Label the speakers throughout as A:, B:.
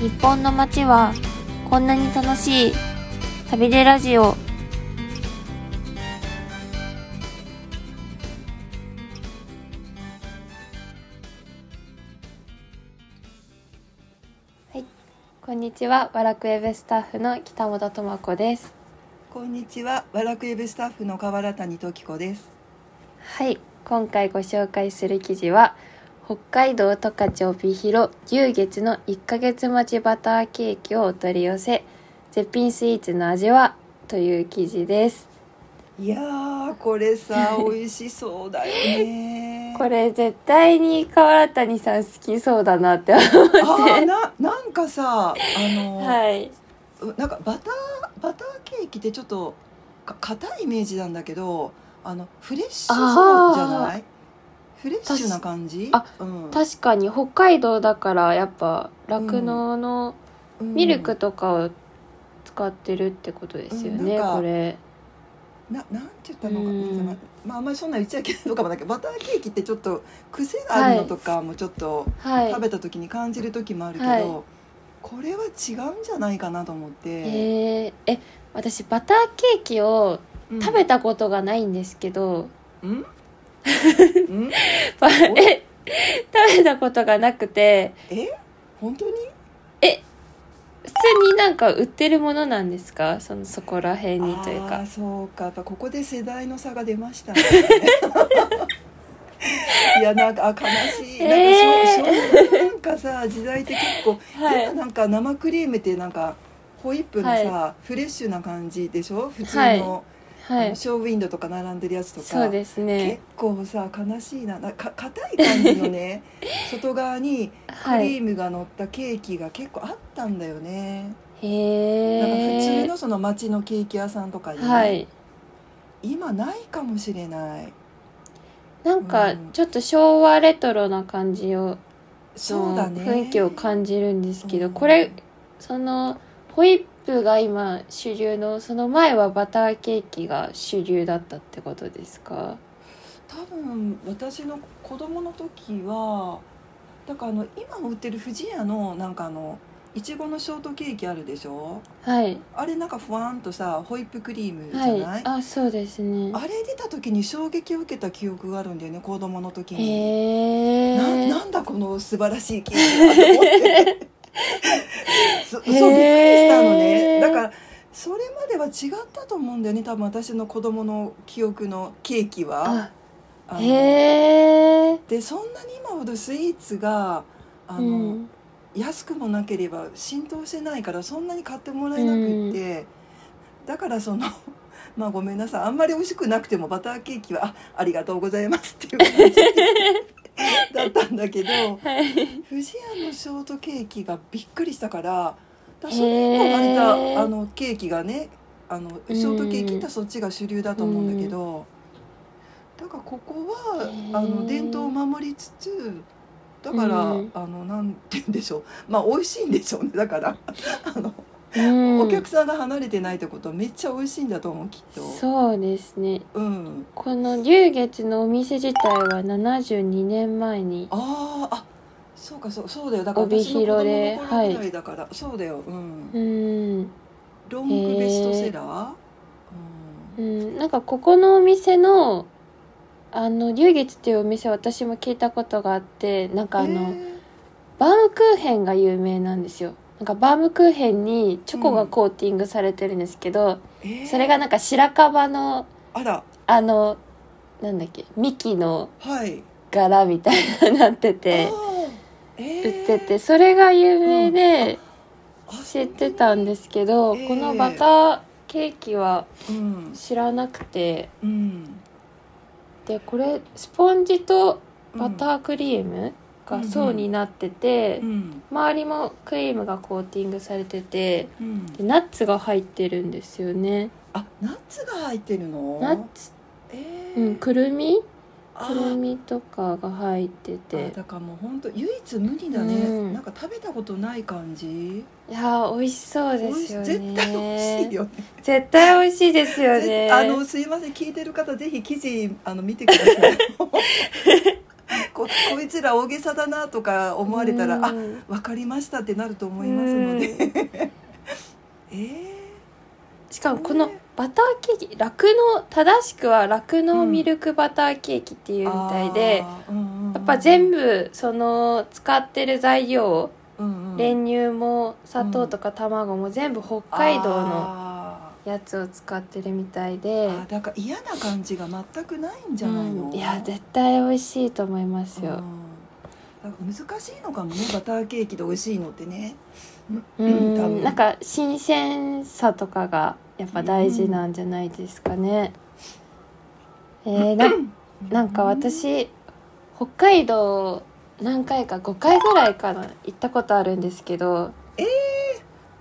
A: 日本の街はこんなに楽しい旅でラジオ
B: はい、こんにちは、ワラクウェブスタッフの北本智子です。
C: こんにちは、ワラクエブスタッフの河原谷時子です。
B: はい、今回ご紹介する記事は北海道十勝帯広牛月の1ヶ月待ちバターケーキをお取り寄せ絶品スイーツの味はという記事です。
C: いやー、これさ、美味しそうだよね。
B: これ絶対に河原谷さん好きそうだなって思
C: あ
B: って
C: ー、。な、なんかさ、あの、
B: はい。
C: うなんかバター、バターケーキってちょっと。か硬いイメージなんだけど、あの、フレッシュそうじゃない。フレッシュな感じ。
B: たし
C: うん
B: 確かに北海道だからやっぱ酪農の
C: うん
B: ミルクとかを使ってるってことですよね、
C: うんなんか
B: これ。
C: ななんて言ったのか、
B: うん
C: まあまああんまりそんな言っちゃいけないのかもだけどバターケーキってちょっと癖があるのとかもちょっと、
B: はい
C: 食。べた時に感じる時もあるけど、
B: はい
C: これは違うんじゃないかなと思って、
B: えー、え私バターケーキを
C: うん
B: 食べたことがないんですけ ど、
C: うんうん
B: ば え食べたことがなくて
C: え本当に
B: 普通になんか売ってるものなんですかそのそこら辺にという
C: あ
B: か
C: ーそうかやっぱここで世代の差が出ました ねいやなんかあ悲しい、
B: えー
C: なんかしょ昭和のなんかさ時代って結構、
B: はい
C: 今なんか生クリームってなんかホイップのさ、
B: は
C: フレッシュな感じでしょ普通の,、
B: はいは
C: あの
B: い
C: ショーウィンドウとか並んでるやつとか
B: そうですね
C: 結構さ悲しいななか硬い感じの ね外側にク
B: は
C: リ
B: い
C: ームが乗ったケーキが結構あったんだよね、なんか普
B: へ
C: 通
B: え
C: のその町のケーキ屋さんとかに、
B: はい
C: 今ないかもしれない
B: なんかちょっと昭和レトロな感じを
C: そうだね
B: の雰囲気を感じるんですけど、
C: うん
B: これそのホイップが今主流のその前はバターケーキが主流だったってことですか
C: 多分私の子供の時はだからあの今売ってる不二家のなんかあのいちごのショートケーキあるでしょ
B: はい
C: あれなんかふわんとさホイップクリームじゃ
B: は
C: ないい、
B: あそうですね
C: あれ出た時に衝撃を受けた記憶があるんだよね子供の時
B: へ
C: に。な
B: え
C: なんだこの素晴らしい ケーキはと思ってそそうびっくり したの
B: へー
C: ねだからそれまでは違ったと思うんだよね多分私の子供の記憶のケーキは
B: あ
C: あの
B: へえ
C: でそんなに今ほどスイーツがあの、
B: うん
C: 安くもなければ浸透してないからそんなに買ってもらえなくって、だからその まあごめんなさいあんまり美味しくなくてもバターケーキはあありがとうございますっていう感じだったんだけど
B: はい
C: 不二家のショートケーキがびっくりしたからだから
B: へ
C: それ
B: ー
C: 以降割とあのケーキがねあのショートケーキってそっちが主流だと思うんだけどだからここは
B: へー
C: あの伝統を守りつつだから
B: うん
C: あのなんて言うんでしょうまあ美味しいんでしょうねだから あの
B: うん
C: お客さんが離れてないってことはめっちゃ美味しいんだと思うきっと。
B: そうですね
C: うん、
B: この龍月のお店自体は72年前に
C: あーあそうかそうそうだよだから
B: 帯
C: 私の子供
B: 広で
C: の頃ぐらいだから、そうだようん
B: うん
C: ロングベストセラー、
B: うん、なんかここのお店のあの龍月っていうお店私も聞いたことがあってなんかあの、バームクーヘンが有名なんですよなんかバームクーヘンにチョコがコーティングされてるんですけど、
C: えーえー
B: それがなんか白樺の
C: あら
B: あのなんだっけ幹の
C: はい
B: 柄みたいなのなってて
C: あーえ
B: 売
C: ー
B: っててそれが有名で
C: あ
B: 知ってたんですけど、
C: えー
B: このバターケーキは
C: うん
B: 知らなくて
C: うん
B: でこれスポンジとバタ
C: ー
B: ークリームが層になってて、
C: うん
B: 周りもクリームがコーティングされてて
C: うん
B: でナッツが入ってるんですよね
C: あナッツが入ってるの
B: ナッツ、
C: えー
B: うん、くるみ
C: あ
B: くるみとかが入って
C: ーあ
B: て
C: だからもう本当唯一無二だね、
B: うん
C: なんか食べたことない感じ
B: いやー美味しそうですよね
C: 美味しい絶対美味しいよね
B: 絶対美味しいですよね
C: ぜあのすいません聞いてる方ぜひ記事あの見てくださいこここいつら大げさだなとか思われたら、あ
B: うん
C: 分かりましたってなると思いますので、え
B: しかもこの
C: ね
B: バターケーキ酪農正しくは酪農ミルクバターケーキってい
C: え
B: うみたい
C: ー、
B: で、やっぱ全部その使ってる材料、
C: 部
B: 練乳も砂糖とか卵も全部北海道の
C: あ
B: やつを使ってるみたいで
C: ー、あーだから嫌な感じが全くないんじゃないの、
B: うんいや絶対美味しいと思います
C: う
B: よ、
C: んだから難しいのかもねバターケーキで美味しいのってね
B: う
C: うん
B: ん
C: 多分
B: なんか新鮮さとかがやっぱ大事なんじゃないですかね、えーななんか私北海道何回か5回ぐらいかな行ったことあるんですけど
C: え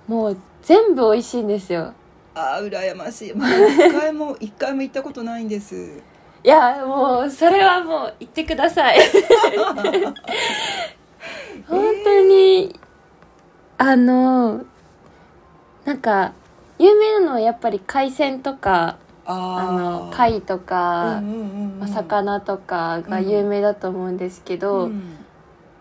B: もう全部美味しいんですよ
C: あー羨ましい、まあ、一回も一回も行ったことないんです
B: いやもうそれはもう行ってください本当に、あのなんか有名なのはやっぱり海鮮とかあ
C: あ
B: の
C: ー
B: 貝とか、
C: うんうんうんうん
B: まあ魚とかが有名だと思うんですけど、
C: うん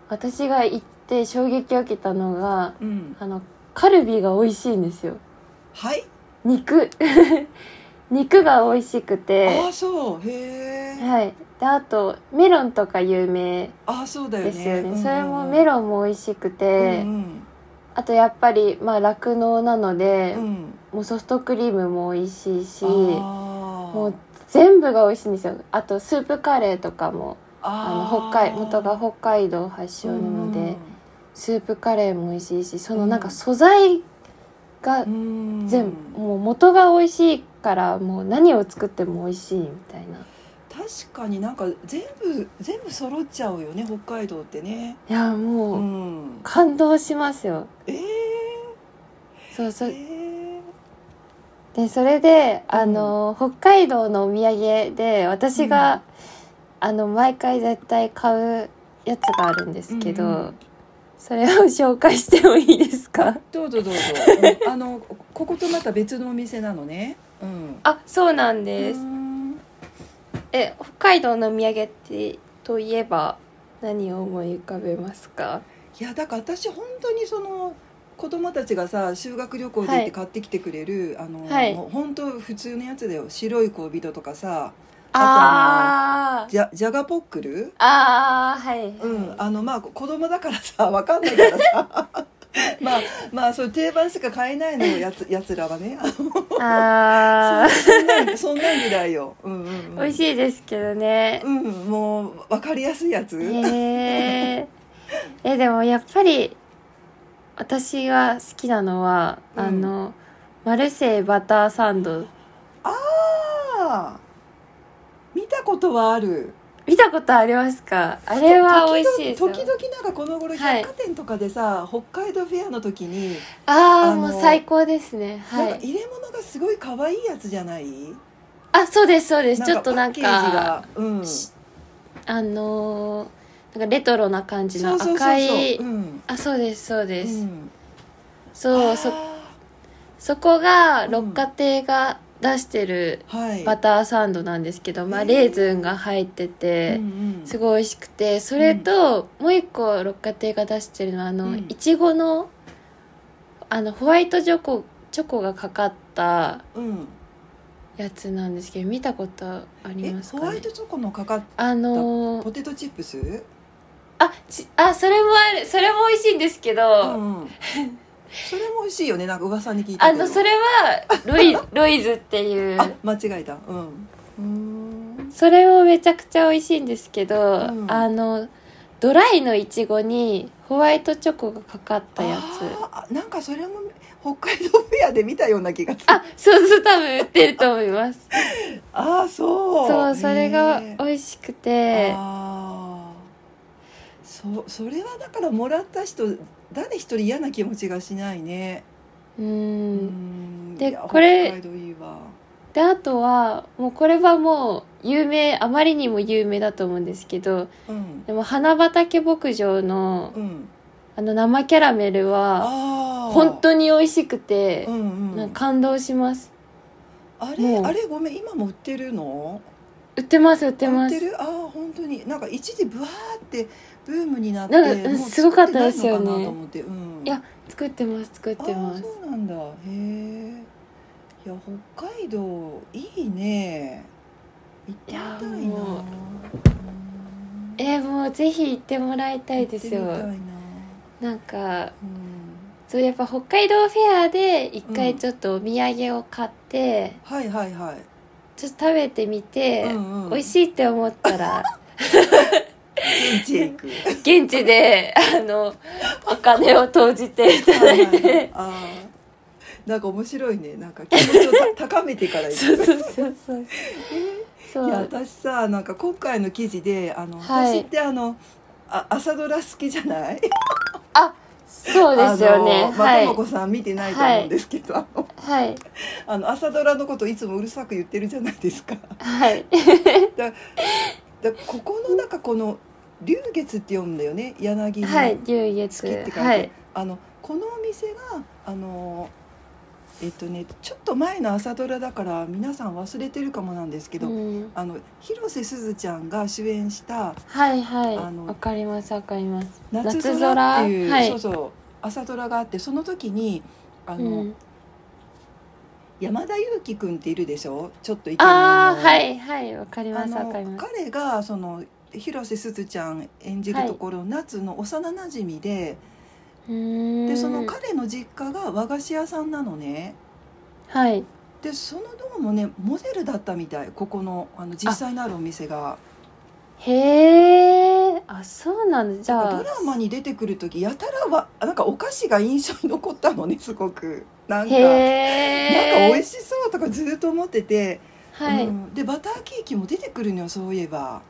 B: 私が行って衝撃を受けたのが
C: うん
B: あのカルビが美味しいんですよ
C: はい
B: 肉 肉が美味しく
C: あ
B: て
C: ーそうへえ、
B: はいであとメロンとか有名
C: あーそうだよね
B: ですよね、
C: うんうん
B: それもメロンも美味しくて、
C: うん
B: あとやっぱりまあ酪農なので、
C: うんうん
B: もうソフトクリームも美味しいしも
C: あー
B: う全部が美味しいんですよあとスープカレーとかもあの
C: あー
B: 北海元が北海道発祥なので、スープカレーも美味しいしそのなんか素材が
C: うんうん
B: 全部、もう元が美味しいからもう何を作っても美味しいみたいな
C: 確かになんか全部全部揃っちゃうよね北海道ってね
B: いやもう、
C: うん
B: 感動しますよ
C: えー、
B: そう
C: え
B: そう
C: ー
B: でそれであの、北海道のお土産で私が、あの毎回絶対買うやつがあるんですけど、
C: うんうん
B: それを紹介してもいいですか
C: どうぞどうぞうんあのこことまた別のお店なのねうん
B: あそうなんです、
C: うん
B: え北海道のお土産ってといえば何を思い浮かべますか
C: いやだから私本当にその子供たちがさ修学旅行で行っ
B: は
C: て
B: い
C: 買ってきてくれる、あの、
B: はい
C: もう本当普通のやつだよ白い恋人とかさ
B: あー
C: じゃじゃがポックル
B: あー はい、
C: うん、あのまあ子供だからさ わかんないからさ まあまあそう定番しか買えないのよやつやつらはねあ
B: あ
C: のそんなんそんなんぐらいよ、うんうんうん、
B: ー美味
C: い、
B: しいですけどね
C: うん、もうわかりやすいやつ、
B: へええでもやっぱり私が好きなのは、
C: うん
B: あのマルセイバターサンド
C: ああ見たことはある
B: 見たことありますかあれは美味しいですよ
C: 時々時々なんかこの頃
B: はい
C: 百貨店とかでさ、北海道フェアの時に、
B: あ
C: あ
B: あ
C: の
B: もう最高ですねは
C: なんか
B: い
C: 入れ物がすごい可愛いやつじゃない
B: あそうですそうですちょっとなん
C: パッケージ
B: か
C: が、うん、
B: しあのーなんかレトロな感じの
C: そうそうそうそう
B: 赤い
C: うん
B: あそうですそう
C: う
B: です、
C: ん、
B: そうそそこが六花亭が出してる
C: はい
B: バターサンドなんですけど、ま
C: へ
B: あ、
C: ー
B: レーズンが入ってて、
C: うんうん
B: すごい美味しくてそれと、もう一個六花亭が出してるのはあ
C: う
B: の
C: ん
B: いちごのあのホワイトチョコチョコがかかった
C: うん、
B: やつなんですけど見たことあり
C: え
B: ます
C: ホ
B: か、
C: ワイ
B: ね、
C: トチョコのかかっ
B: あのー
C: ポテトチップス、
B: あちあそれもあるそれも美味しいんですけ
C: う
B: ど、
C: んうん、それも美味しいよねなんか噂に聞いた
B: あ
C: けど
B: のそれ はロイロイズっていう
C: あ間違えたうんうーん
B: それもめちゃくちゃ美味しいんですけど、
C: うん
B: あのドライのいちごにホワイトチョコがかかったやつ
C: あーあなんかそれも北海道フェアで見たような気がする
B: あそうそう多分売ってると思います
C: ああ そう
B: そうそれが
C: へー
B: 美味しくて
C: あーそそれはだからもらった人誰一人嫌な気持ちがしないね
B: う
C: うんん
B: で
C: いや
B: これ
C: 北海道いいわ
B: であとはもうこれはもう有名あまりにも有名だと思うんですけど
C: うん
B: でも花畑牧場の
C: うん
B: あの生キャラメルは
C: ああ
B: 本当に美味しくて
C: う、んうん
B: なんか感動します
C: あ
B: も
C: れ
B: う
C: あれごめん今も売ってるの
B: 売ってます売って
C: 売
B: ま
C: って
B: す
C: るああ本当になんか一時ブワーってブームになって
B: なんかうん
C: もう
B: すごかったですよね
C: 作ってないのかなと思ってうん
B: いや作ってます作ってま
C: あー
B: す
C: そうなんだへえいや北海道いいね行ってみたいない
B: やもうえー、もうぜひ行ってもらいたいです
C: 行ってみ
B: よ
C: たいな
B: なんか
C: うん
B: そうやっぱ北海道フェアで一回ちょっとお土産を買って、
C: はいはいはい
B: ちょっと食べてみて、
C: うんうん
B: 美味しいって思った ら
C: 現地へ行く い
B: 現地であのお金を投じていただいて
C: あーなんか面白いねなんか気持ちをた高めてから行く
B: そうそうそうそうそ
C: いや
B: う
C: 私さなんか今回の記事であの、
B: はい
C: 私ってあのあ朝ドラ好きじゃない
B: そうですよ
C: あ
B: ね
C: のまあ
B: は
C: とも
B: い
C: こさん見てないと思うんですけど、あの
B: はい
C: あの朝ドラのこといつもうるさく言ってるじゃないですか。
B: はい
C: だここの中この龍月って読むんだよね柳の、
B: はい龍月
C: 好きって書いて
B: はい
C: あのこのお店があのえっとねちょっと前の朝ドラだから皆さん忘れてるかもなんですけど、
B: うん
C: あの広瀬すずちゃんが主演した
B: はいはい
C: あの
B: わかりますわかります
C: 「夏空」ってい
B: 夏
C: う、
B: 空はい
C: そうそう朝ドラがあってその時にあ
B: う
C: の、
B: ん
C: 山田裕貴君っているでしょちょっとイケメンの。
B: ああはいはいわかり
C: あ
B: ますわ
C: の
B: かります
C: 彼がその広瀬すずちゃん演じるところ、夏の幼なじみで
B: で
C: でその彼の実家が和菓子屋さんなのね
B: はい
C: でそのどうもねモデルだったみたいここのあの実際のあるお店が
B: へえあそうなんだじ
C: ド
B: ゃあ
C: ラマに出てくる時やたらはなんかお菓子が印象に残ったのねすごくなんか
B: へ
C: なんか
B: え
C: 美味しそうとかずっと思ってて、
B: はい、
C: うんでバターケーキも出てくるのよそういえば、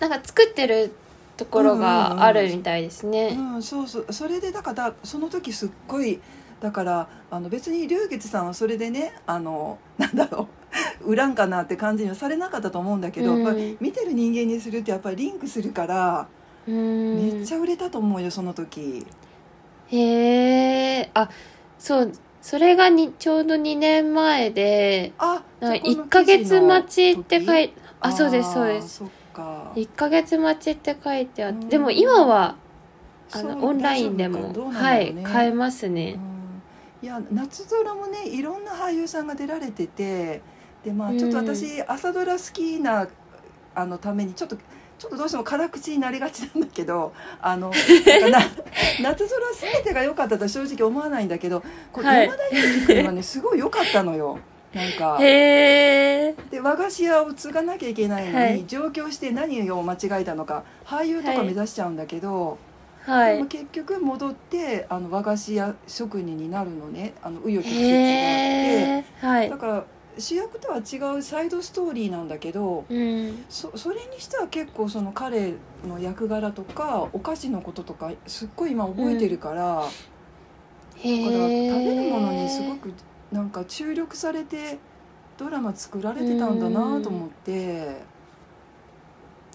B: なんか作ってるところがあるみたいですね、
C: うん、そうそうそれでだからだその時すっごいだからあの別に龍月さんはそれでねあの なんだろう恨んかなって感じにはされなかったと思うんだけど、
B: うん
C: やっぱり見てる人間にするってやっぱりリンクするから、
B: うん
C: めっちゃ売れたと思うよその時
B: へえあそうそれがにちょうど2年前で
C: あ
B: なんか1ヶ月待ちって書い
C: て
B: てあそうですそうです
C: そっか
B: 1ヶ月待ちって書いてあっ
C: う
B: て
C: ん
B: でも今はあ
C: そう
B: のオンラインでも
C: 大丈夫かどうなんだ
B: は
C: ろう
B: い
C: ね
B: 買えます
C: う
B: ね
C: んいや夏空もねいろんな俳優さんが出られててでまあちょっと
B: うん
C: 私、朝ドラ好きなあのためにちょっとちょっとどうしても辛口になりがちなんだけど あのなんかな夏空全てが良かったとは正直思わないんだけどこう
B: はい
C: 山田裕貴 君はねすごい良かったのよ。なんか
B: へえ
C: で和菓子屋を継がなきゃいけないのに、
B: はい
C: 上京して何を間違えたのか俳優とか目指しちゃうんだけど。
B: は
C: でも
B: い
C: 結局戻ってあの和菓子屋職人になるのねあの紆余曲折があ
B: へ
C: っ
B: えは
C: て
B: い
C: だから主役とは違うサイドストーリーなんだけど
B: うん
C: そそれにしては結構その彼の役柄とかお菓子のこととかすっごい今覚えてるか
B: へ
C: ら、だから
B: え
C: 食べるものにすごくなんか注力されてドラマ作られてたんだなと思って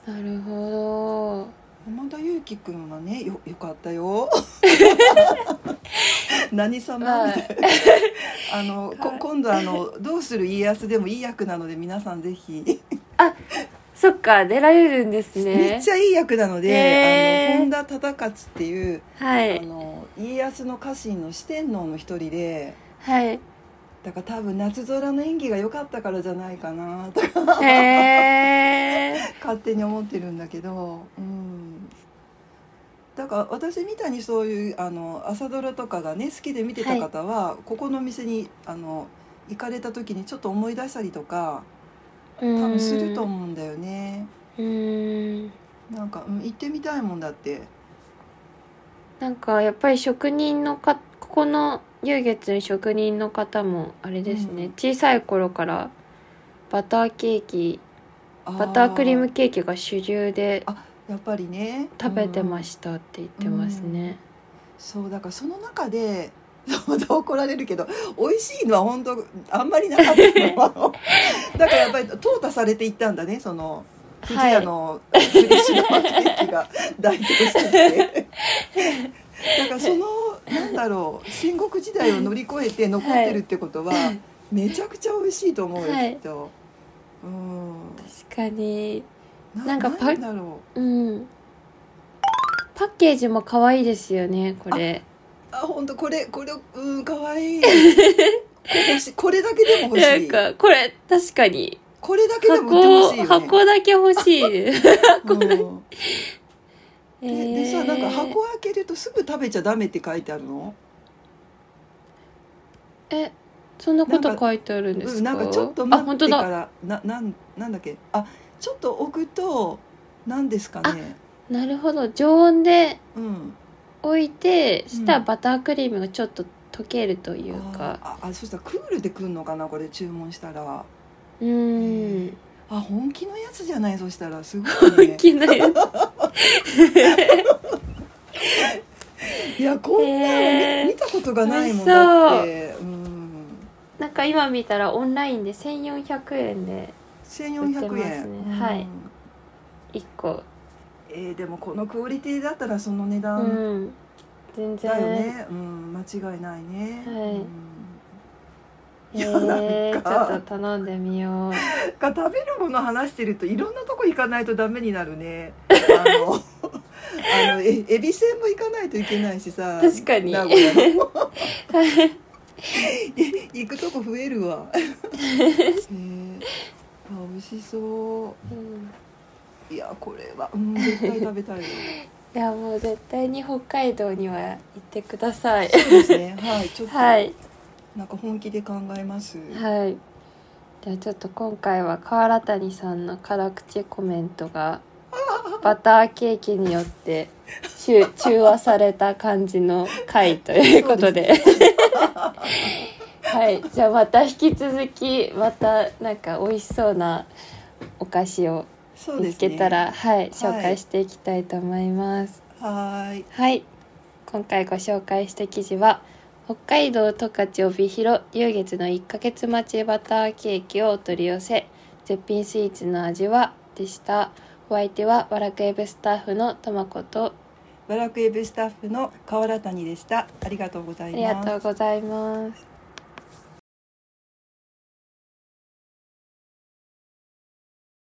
B: なるほど
C: 山田裕貴君はねよよかっ たよ何様みたいな
B: はい
C: あの、こ
B: はい
C: 今度あの「どうする家康」でもいい役なので皆さんぜひ、
B: そっか出られるんですね
C: めっちゃいい役なので、
B: へー
C: あの本田忠勝っていう
B: は
C: あ
B: い
C: の家康の家臣の四天王の一人で
B: はい
C: だから多分夏空の演技が良かったからじゃないかなと
B: へえ
C: 勝手に思ってるんだけど、うん、だから私みたいにそういうあの朝ドラとかがね好きで見てた方は、ここのお店にあの行かれた時にちょっと思い出したりとか
B: 多
C: 多分すると思うんだよね。
B: うーん
C: なんか、うん、行ってみたいもんだって。
B: なんかやっぱり職人のかここの優月の職人の方もあれですね、
C: うん
B: 小さい頃からバターケーキ
C: あ
B: バタークリーム。ケーキが主流で
C: やっぱりね。
B: 食べてま
C: うん
B: したって言ってますね、
C: そう、だから、その中で。 そうまた怒られるけど美味しいのは本当あんまりなかった のだからやっぱり淘汰されていったんだねその藤
B: はい
C: 屋のフレッシュなケーキが代表してきてだからそのなんだろう戦国時代を乗り越えて残ってるってことは、めちゃくちゃ美味しいと思うよ、
B: はい
C: きっとうん
B: 確かに
C: な
B: なんかパ
C: なんだろう
B: うんパッケージも可愛いですよねこれ
C: あ本当これこれうん可 愛いこれ欲しいこれだけでも欲
B: な
C: し
B: ん
C: い
B: かこれ確かに
C: これだけでも売っ
B: 箱
C: てほしいよね
B: 箱だけ欲 しいえ
C: うんででさ
B: ー
C: なんか箱開けるとすぐ食べちゃダメって書いてあるの
B: えそんなこと書いてあるんで
C: う
B: す
C: ん、
B: か
C: なんかちょっと
B: あ
C: 待っ
B: 本
C: て
B: 当
C: か
B: だ
C: らななんなんだっけあちょっと置くと何ですかね
B: なるほど常温で
C: うん
B: 置いてした
C: う
B: ら
C: ん
B: バタークリームがちょっと溶けるというか
C: あーああそしたらクールで来るのかなこれ注文したら
B: うー ん
C: あ本気のやつじゃないそしたらすごい、ね
B: 本、気ない
C: いやこんなの見,、
B: へー
C: 見たことがない
B: 美味しそ
C: もん
B: う
C: だってうん
B: なんか今見たらオンラインで1400円で売ってま
C: 1400
B: す
C: 円、
B: ね
C: うん
B: はい1個
C: えーでもこのクオリティだったらその値
B: う
C: 段、
B: ん全然
C: だよね、うん、間違いないね、
B: はい
C: い
B: え
C: やなん
B: ー、
C: か
B: ちょっと頼んでみよう
C: うんが食べるもの話してるといろんなとこ行かないとダメになるねあのあのえエビせんも行かないといけないしさ
B: 確かに
C: 名古屋の行くとこ増えるわへーあ美味しそ
B: うん
C: ういやこれは、うん、絶対食べたいよ
B: いやもう絶対に北海道には行ってください
C: そうですねはいちょっと、
B: はい
C: なんか本気で考えます、
B: はいじゃあちょっと今回は河原谷さんの辛口コメント がバターケーキによって中中和された感じの回ということではいじゃあまた引き続きまたなんか美味しそうなお菓子を
C: そうで
B: 見つ
C: すね
B: けたら、はい紹介していきたいと思います。
C: はーい
B: はい今回ご紹介した記事は北海道十勝帯広流月の1ヶ月待ちバターケーキをお取り寄せ絶品スイーツの味はでしたお相手はワラクエブスタッフのとまこと
C: バラクエブスタッフの河原谷でした。ありがとうござい
B: あ
C: ま
B: り
C: す。
B: がとうございます